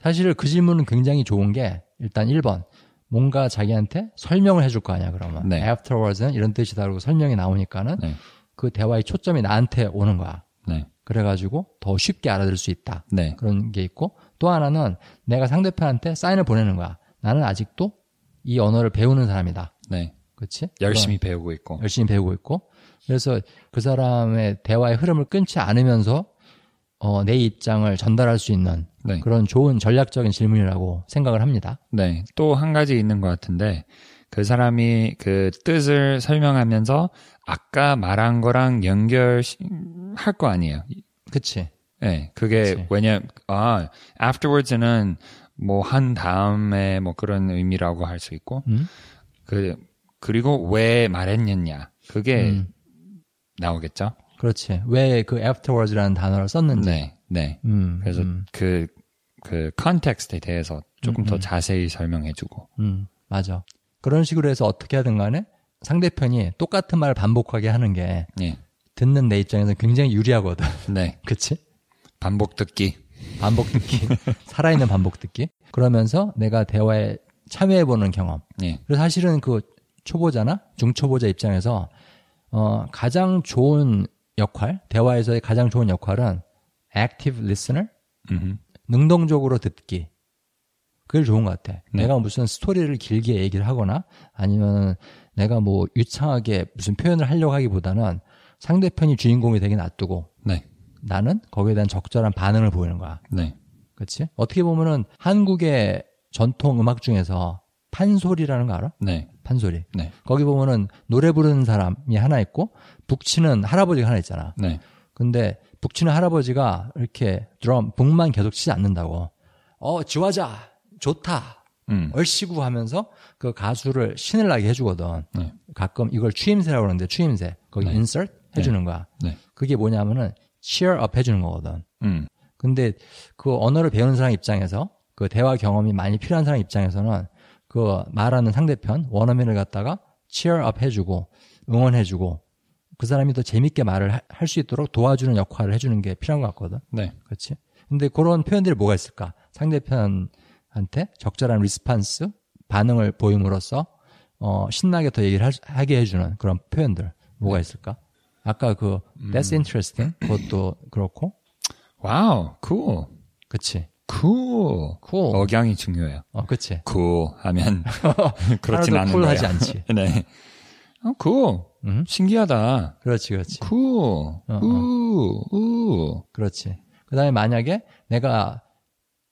S1: 사실 그 질문은 굉장히 좋은 게 일단 1번 뭔가 자기한테 설명을 해줄 거 아니야 그러면
S2: 네.
S1: afterwards는 이런 뜻이다라고 설명이 나오니까는
S2: 네.
S1: 그 대화의 초점이 나한테 오는 거야.
S2: 네.
S1: 그래가지고 더 쉽게 알아들을 수 있다.
S2: 네.
S1: 그런 게 있고 또 하나는 내가 상대편한테 사인을 보내는 거야. 나는 아직도 이 언어를 배우는 사람이다.
S2: 네.
S1: 그렇지?
S2: 열심히 배우고 있고.
S1: 열심히 배우고 있고 그래서 그 사람의 대화의 흐름을 끊지 않으면서 어, 내 입장을 전달할 수 있는
S2: 네.
S1: 그런 좋은 전략적인 질문이라고 생각을 합니다.
S2: 네. 또 한 가지 있는 것 같은데 그 사람이 그 뜻을 설명하면서 아까 말한 거랑 연결할 거 아니에요.
S1: 그치?
S2: 네, 그게
S1: 그치.
S2: 왜냐 아 afterwards는 뭐 한 다음에 뭐 그런 의미라고 할 수 있고
S1: 음?
S2: 그 그리고 왜 말했느냐 그게
S1: 음.
S2: 나오겠죠.
S1: 그렇지. 왜 그 afterwards라는 단어를 썼는지.
S2: 네, 네.
S1: 음,
S2: 그래서
S1: 음,
S2: 그, 그 컨텍스트에 대해서 조금 더 자세히 설명해주고.
S1: 음, 맞아. 그런 식으로 해서 어떻게 하든 간에 상대편이 똑같은 말을 반복하게 하는 게
S2: 예.
S1: 듣는 내 입장에서 굉장히 유리하거든.
S2: 네.
S1: 그치?
S2: 반복 듣기.
S1: 반복 듣기. 살아있는 반복 듣기. 그러면서 내가 대화에 참여해보는 경험.
S2: 예.
S1: 그래서 사실은 그 초보자나 중초보자 입장에서 어, 가장 좋은 역할, 대화에서의 가장 좋은 역할은 active listener,
S2: 음흠.
S1: 능동적으로 듣기. 그게 좋은 것 같아.
S2: 네.
S1: 내가 무슨 스토리를 길게 얘기를 하거나 아니면 내가 뭐 유창하게 무슨 표현을 하려고 하기보다는 상대편이 주인공이 되게 놔두고
S2: 네.
S1: 나는 거기에 대한 적절한 반응을 보이는 거야.
S2: 네.
S1: 그치? 어떻게 보면은 한국의 전통 음악 중에서 판소리라는 거 알아?
S2: 네.
S1: 판소리.
S2: 네.
S1: 거기 보면은 노래 부르는 사람이 하나 있고 북치는 할아버지가 하나 있잖아.
S2: 네.
S1: 근데 북치는 할아버지가 이렇게 드럼 북만 계속 치지 않는다고. 어 지화자 좋다
S2: 음.
S1: 얼씨구 하면서 그 가수를 신을 나게 해주거든.
S2: 네.
S1: 가끔 이걸 추임새라고 그러는데 추임새 거기
S2: 네.
S1: insert 해주는 거야.
S2: 네.
S1: 그게 뭐냐면은 cheer up 해주는 거거든.
S2: 음.
S1: 근데 그 언어를 배우는 사람 입장에서 그 대화 경험이 많이 필요한 사람 입장에서는 그 말하는 상대편 원어민을 갖다가 cheer up 해주고 응원해주고 그 사람이 더 재밌게 말을 할 수 있도록 도와주는 역할을 해주는 게 필요한 것 같거든.
S2: 네.
S1: 그렇지? 근데 그런 표현들이 뭐가 있을까? 상대편한테 적절한 리스판스 반응을 보임으로써 어, 신나게 더 얘기를 할 수- 하게 해주는 그런 표현들 뭐가 있을까? 아까 그 that's interesting 그것도 그렇고,
S2: 와우. cool.
S1: 그렇지?
S2: cool.
S1: Cool.
S2: 억양이 중요해요.
S1: 어, 그치.
S2: cool 하면 그렇진
S1: 하나도
S2: 않은 거예요.
S1: cool하지 않지.
S2: 네. 어, cool.
S1: 음.
S2: 신기하다.
S1: 그렇지, 그렇지.
S2: cool.
S1: 어, 어.
S2: 우. 우.
S1: 그렇지. 그 다음에 만약에 내가,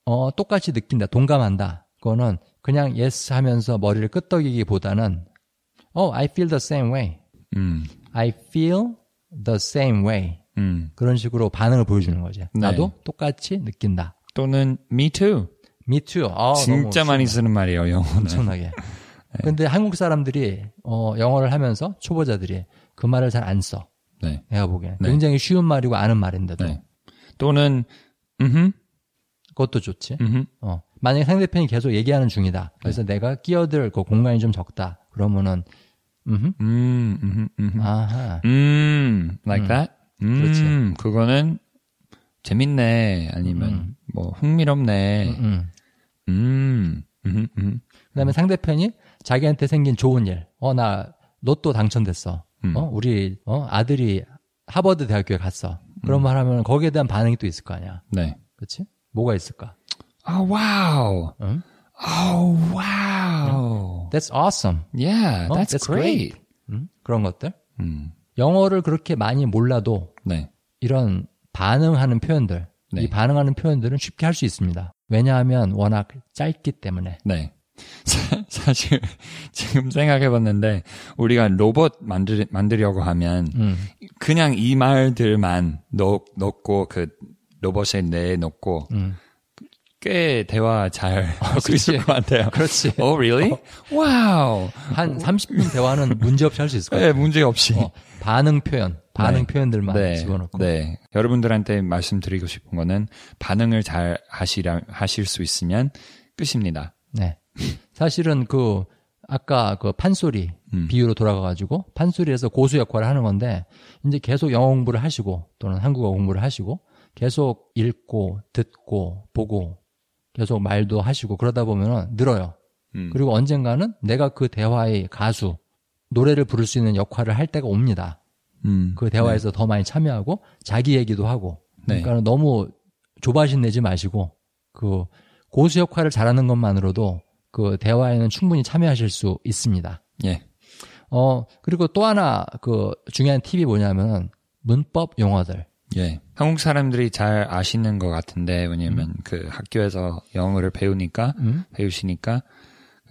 S1: 어, 똑같이 느낀다, 동감한다. 그거는 그냥 yes 하면서 머리를 끄떡이기 보다는, oh, I feel the same way.
S2: 음.
S1: I feel the same way.
S2: 음.
S1: 그런 식으로 반응을 보여주는 거지.
S2: 네.
S1: 나도 똑같이 느낀다.
S2: 또는 me too.
S1: Me too. 어,
S2: 진짜
S1: 너무
S2: 많이 네. 쓰는 말이에요, 영어는.
S1: 엄청나게. 근데 한국 사람들이, 어, 영어를 하면서 초보자들이 그 말을 잘 안 써.
S2: 네.
S1: 내가 보기엔.
S2: 네.
S1: 굉장히 쉬운 말이고 아는 말인데도.
S2: 네. 또는 음.
S1: 그것도 좋지.
S2: 음.
S1: 어. 만약에 상대편이 계속 얘기하는 중이다. 그래서
S2: 네.
S1: 내가 끼어들 그 공간이 좀 적다. 그러면은 음.
S2: 음. 음. 음.
S1: 아하.
S2: 음. like that. 음.
S1: 그렇지.
S2: 그거는 재밌네 아니면 뭐 흥미롭네.
S1: 음.
S2: 음. 음. 음.
S1: 그다음에 상대편이 자기한테 생긴 좋은 일. 어, 나 로또 당첨됐어.
S2: 음.
S1: 어, 우리 어, 아들이 하버드 대학교에 갔어.
S2: 음.
S1: 그런 말 하면 거기에 대한 반응이 또 있을 거 아니야.
S2: 네.
S1: 그렇지? 뭐가 있을까?
S2: 아, 와우.
S1: 응?
S2: 오, 와우.
S1: That's awesome.
S2: Oh, Yeah,
S1: 어,
S2: that's,
S1: that's
S2: great.
S1: 음? 그런 것들.
S2: 음.
S1: 영어를 그렇게 많이 몰라도
S2: 네.
S1: 이런 반응하는 표현들,
S2: 네.
S1: 이 반응하는 표현들은 쉽게 할 수 있습니다. 왜냐하면 워낙 짧기 때문에.
S2: 네. 사- 사실 지금 생각해 봤는데 우리가 로봇 만들 만들려고 하면
S1: 음,
S2: 그냥 이 말들만 넣, 넣고 그 로봇에 내 넣고
S1: 음. 어,
S2: 꽤 대화 잘 할 수 있을
S1: 그치.
S2: 것 같아요.
S1: 그렇죠. 그렇지.
S2: Oh really?
S1: 어.
S2: 와우.
S1: 한 30분 대화는 문제없이 할 수 있을 것 같아요.
S2: 네, 문제 없이.
S1: 어, 반응 표현, 반응
S2: 네.
S1: 표현들만
S2: 네,
S1: 집어넣고.
S2: 네. 여러분들한테 말씀드리고 싶은 거는 반응을 잘 하시라 하실 수 있으면 끝입니다.
S1: 네. 사실은 그 아까 그 판소리
S2: 음.
S1: 비유로 돌아가가지고 판소리에서 고수 역할을 하는 건데 이제 계속 영어 공부를 하시고 또는 한국어 공부를 하시고 계속 읽고 듣고 보고 계속 말도 하시고 그러다 보면은 늘어요.
S2: 음.
S1: 그리고 언젠가는 내가 그 대화의 가수 노래를 부를 수 있는 역할을 할 때가 옵니다.
S2: 음.
S1: 그 대화에서 더 많이 참여하고 자기 얘기도 하고
S2: 네.
S1: 그러니까 너무 조바심 내지 마시고 그 고수 역할을 잘하는 것만으로도 그 대화에는 충분히 참여하실 수 있습니다.
S2: 예.
S1: 어 그리고 또 하나 그 중요한 팁이 뭐냐면은 문법 용어들
S2: 예. 한국 사람들이 잘 아시는 것 같은데,
S1: 음.
S2: 왜냐면 그 학교에서 영어를 배우니까, 배우시니까,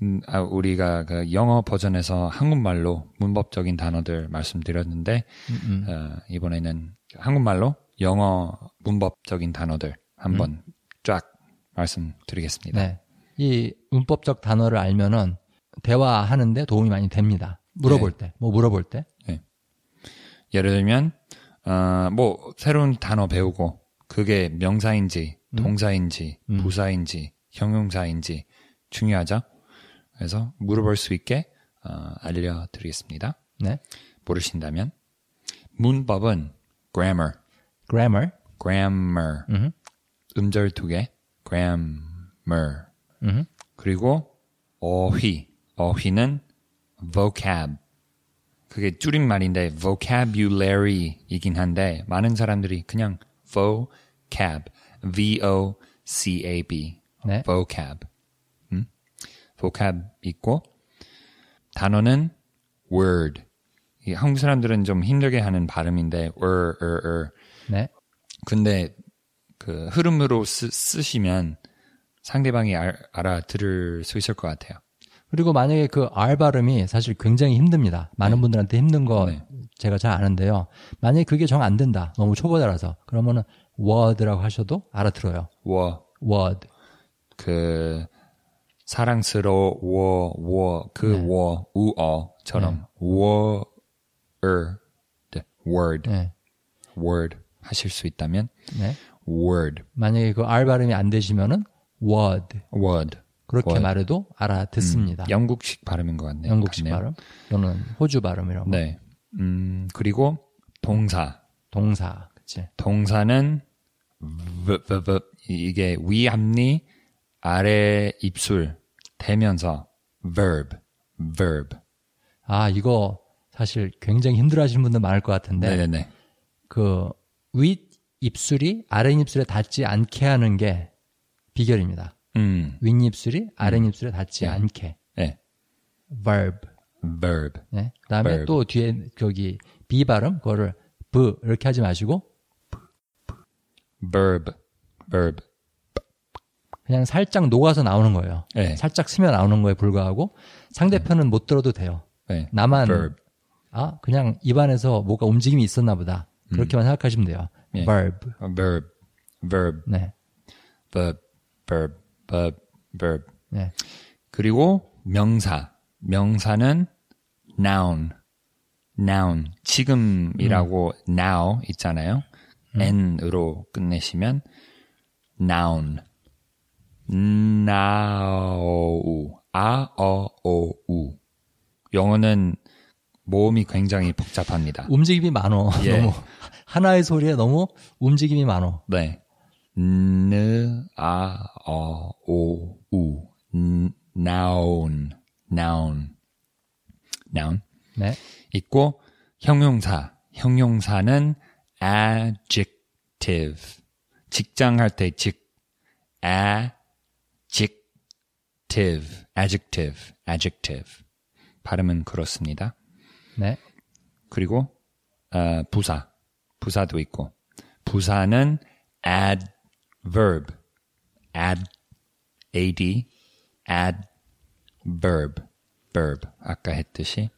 S2: 음, 아, 우리가 그 영어 버전에서 한국말로 문법적인 단어들 말씀드렸는데,
S1: 음,
S2: 어, 이번에는 한국말로 영어 문법적인 단어들
S1: 음.
S2: 한번 쫙 말씀드리겠습니다.
S1: 네. 이 문법적 단어를 알면은 대화하는데 도움이 많이 됩니다. 물어볼 때, 뭐 물어볼 때.
S2: 예를 들면, 어, 뭐, 새로운 단어 배우고, 그게 명사인지, 동사인지, 부사인지, 형용사인지 중요하죠? 그래서 물어볼 수 있게 어, 알려드리겠습니다.
S1: 네.
S2: 모르신다면. 문법은 grammar,
S1: grammar.
S2: grammar. 음절 두 개, grammar.
S1: 음.
S2: 그리고 어휘, 어휘는 vocab. 그게 줄임말인데 vocabulary이긴 한데 많은 사람들이 그냥 vocab, v o c a b,
S1: 네.
S2: vocab, 음? vocab 있고 단어는 word. 이 한국 사람들은 좀 힘들게 하는 발음인데 er, er, er.
S1: 네.
S2: 근데 그 흐름으로 쓰, 시면 상대방이 알, 아들을수 있을 것 같아요.
S1: 그리고 만약에 그 R 발음이 사실 굉장히 힘듭니다. 많은
S2: 네.
S1: 분들한테 힘든 거
S2: 네.
S1: 제가 잘 아는데요. 만약에 그게 정 안 된다. 너무 초보자라서. 그러면은 word라고 하셔도 알아들어요.
S2: 워,
S1: word.
S2: 그, 사랑스러워, 워, 워, 그
S1: 네.
S2: 워, 우어처럼, 워, 어, 네, word,
S1: 네.
S2: word 하실 수 있다면,
S1: 네.
S2: word,
S1: 만약에 그 R 발음이 안 되시면은 word.
S2: word.
S1: 그렇게
S2: word.
S1: 말해도 알아듣습니다.
S2: 영국식 발음인 것 같네요.
S1: 영국식
S2: 같네요.
S1: 발음 또는 호주 발음이라고.
S2: 네. 음, 그리고 동사.
S1: 동사. 그치.
S2: 동사는 v, v, v, 이게 위 앞니 아래 입술 대면서 verb, verb.
S1: 아, 이거 사실 굉장히 힘들어 하시는 분들 많을 것 같은데.
S2: 네, 네, 네.
S1: 그, 윗 입술이 아랫입술에 닿지 않게 하는 게 비결입니다.
S2: 음,
S1: 윗입술이 아랫입술에 닿지 않게.
S2: 네.
S1: verb.
S2: verb.
S1: 네. 그 다음에
S2: verb.
S1: 또 뒤에 거기 비 발음, 그거를 b 이렇게 하지 마시고
S2: verb, verb.
S1: 그냥 살짝 녹아서 나오는 거예요.
S2: 네.
S1: 살짝 스며 나오는 거에 불과하고 상대편은 못 들어도 돼요.
S2: 네.
S1: 나만
S2: verb.
S1: 아 그냥 입안에서 뭐가 움직임이 있었나 보다 그렇게만 생각하시면 돼요.
S2: 예.
S1: verb.
S2: verb, verb,
S1: 네.
S2: verb, verb, verb, verb.
S1: 네.
S2: 그리고 명사. 명사는 noun. noun. 지금이라고 now 있잖아요. n으로 끝내시면 noun. now. a o o u. 영어는 모음이 굉장히 복잡합니다.
S1: 움직임이 많어.
S2: 예.
S1: 너무 하나의 소리에 너무 움직임이 많어.
S2: 네. 느, 아, 어, 오, 우. 음, noun, noun, noun.
S1: 네.
S2: 있고, 형용사. 형용사는 adjective. 직장 할 때 직, adjective, adjective, adjective. 발음은 그렇습니다.
S1: 네.
S2: 그리고 어, 부사, 부사도 있고 부사는 adverb, ad, ad, adverb, verb 아까 했듯이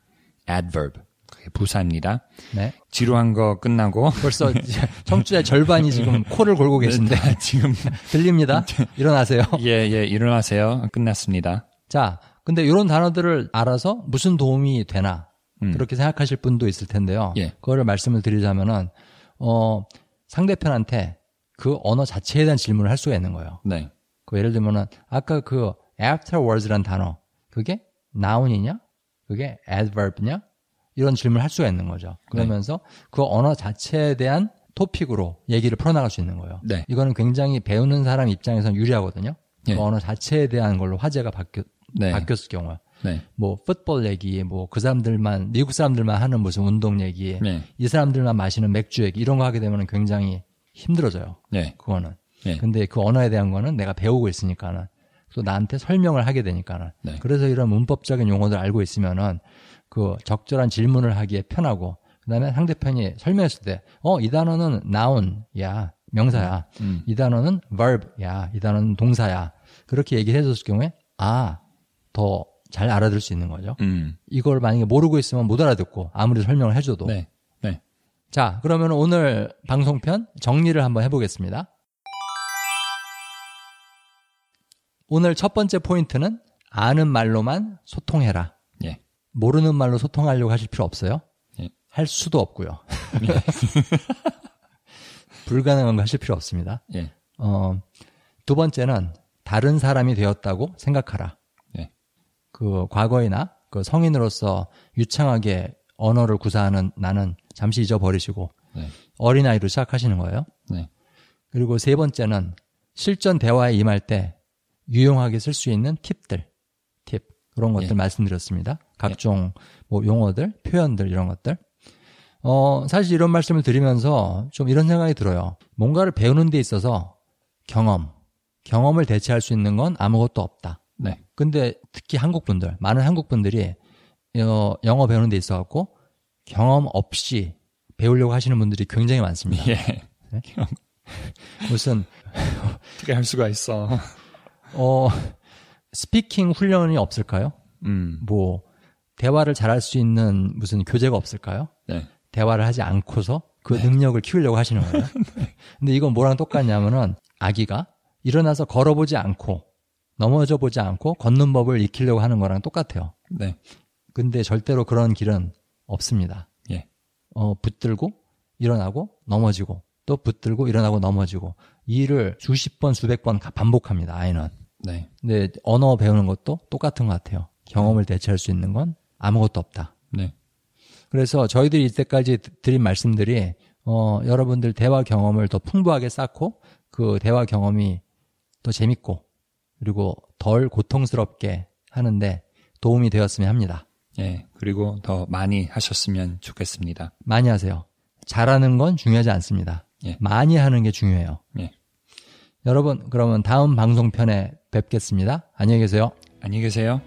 S2: adverb 그게 부사입니다.
S1: 네.
S2: 지루한 거 끝나고
S1: 벌써 청취자 절반이 지금 코를 골고 계신데
S2: 네. 지금 네.
S1: 들립니다. 일어나세요.
S2: 예예 일어나세요. 끝났습니다.
S1: 자, 근데 이런 단어들을 알아서 무슨 도움이 되나 그렇게 생각하실 분도 있을 텐데요.
S2: 음. 예.
S1: 그거를 말씀을 드리자면은 어 상대편한테 그 언어 자체에 대한 질문을 할 수가 있는 거예요.
S2: 네,
S1: 그 예를 들면은 아까 그 afterwards란 단어 그게 noun이냐? 그게 adverb냐? 이런 질문을 할 수가 있는
S2: 네.
S1: 거죠. 그러면서 그 언어 자체에 대한 토픽으로 얘기를 풀어나갈 수 있는 거예요.
S2: 네.
S1: 이거는 굉장히 배우는 사람 입장에선 유리하거든요.
S2: 예.
S1: 그 언어 자체에 대한 걸로 화제가 바뀌,
S2: 네.
S1: 바뀌었을 경우에
S2: 네,
S1: 뭐 풋볼 얘기, 뭐 그 사람들만 미국 사람들만 하는 무슨 운동 얘기,
S2: 네.
S1: 이 사람들만 마시는 맥주 얘기 이런 거 하게 되면 굉장히 힘들어져요.
S2: 네,
S1: 그거는.
S2: 네.
S1: 근데 그 언어에 대한 거는 내가 배우고 있으니까는 또 나한테 설명을 하게 되니까는.
S2: 네.
S1: 그래서 이런 문법적인 용어들 알고 있으면은 그 적절한 질문을 하기에 편하고 그다음에 상대편이 설명했을 때 어, 이 단어는 noun야. 명사야.
S2: 음.
S1: 이 단어는 verb야. 이 단어는 동사야. 그렇게 얘기를 해 줬을 경우에 아, 더 잘 알아들을 수 있는 거죠.
S2: 음,
S1: 이걸 만약에 모르고 있으면 못 알아듣고 아무리 설명을 해 줘도
S2: 네, 네.
S1: 자, 그러면 오늘 방송편 정리를 한번 해보겠습니다. 오늘 첫 번째 포인트는 아는 말로만 소통해라.
S2: 예,
S1: 모르는 말로 소통하려고 하실 필요 없어요.
S2: 예.
S1: 할 수도 없고요. 불가능한 거 하실 필요 없습니다.
S2: 예,
S1: 어, 두 번째는 다른 사람이 되었다고 생각하라.
S2: 예,
S1: 그 과거이나 그 성인으로서 유창하게 언어를 구사하는 나는 잠시 잊어버리시고
S2: 네,
S1: 어린아이로 시작하시는 거예요.
S2: 네,
S1: 그리고 세 번째는 실전 대화에 임할 때 유용하게 쓸 수 있는 팁들, 팁 그런 것들
S2: 예.
S1: 말씀드렸습니다. 각종 뭐 용어들, 표현들 이런 것들. 어, 사실 이런 말씀을 드리면서 좀 이런 생각이 들어요. 뭔가를 배우는 데 있어서 경험, 경험을 대체할 수 있는 건 아무것도 없다.
S2: 네,
S1: 근데 특히 한국 분들, 많은 한국 분들이 어, 영어 배우는 데 있어 갖고 경험 없이 배우려고 하시는 분들이 굉장히 많습니다. 네?
S2: 예.
S1: 무슨
S2: 어떻게 할 수가 있어?
S1: 어 스피킹 훈련이 없을까요?
S2: 음.
S1: 뭐 대화를 잘할 수 있는 무슨 교재가 없을까요?
S2: 네.
S1: 대화를 하지 않고서 그 능력을 키우려고 하시는 거예요. 근데 이건 뭐랑 똑같냐면은 아기가 일어나서 걸어보지 않고 넘어져 보지 않고 걷는 법을 익히려고 하는 거랑 똑같아요.
S2: 네.
S1: 근데 절대로 그런 길은 없습니다.
S2: 예.
S1: 어, 붙들고 일어나고 넘어지고 또 붙들고 일어나고 넘어지고 이 일을 수십 번 수백 번 가- 반복합니다. 아이는.
S2: 네.
S1: 근데 언어 배우는 것도 똑같은 것 같아요. 경험을 대체할 수 있는 건 아무것도 없다.
S2: 네.
S1: 그래서 저희들이 이때까지 드린 말씀들이 어, 여러분들 대화 경험을 더 풍부하게 쌓고 그 대화 경험이 더 재밌고 그리고 덜 고통스럽게 하는데 도움이 되었으면 합니다.
S2: 예. 그리고 더 많이 하셨으면 좋겠습니다.
S1: 많이 하세요. 잘하는 건 중요하지 않습니다.
S2: 예.
S1: 많이 하는 게 중요해요.
S2: 예.
S1: 여러분 그러면 다음 방송편에 뵙겠습니다. 안녕히 계세요.
S2: 안녕히 계세요.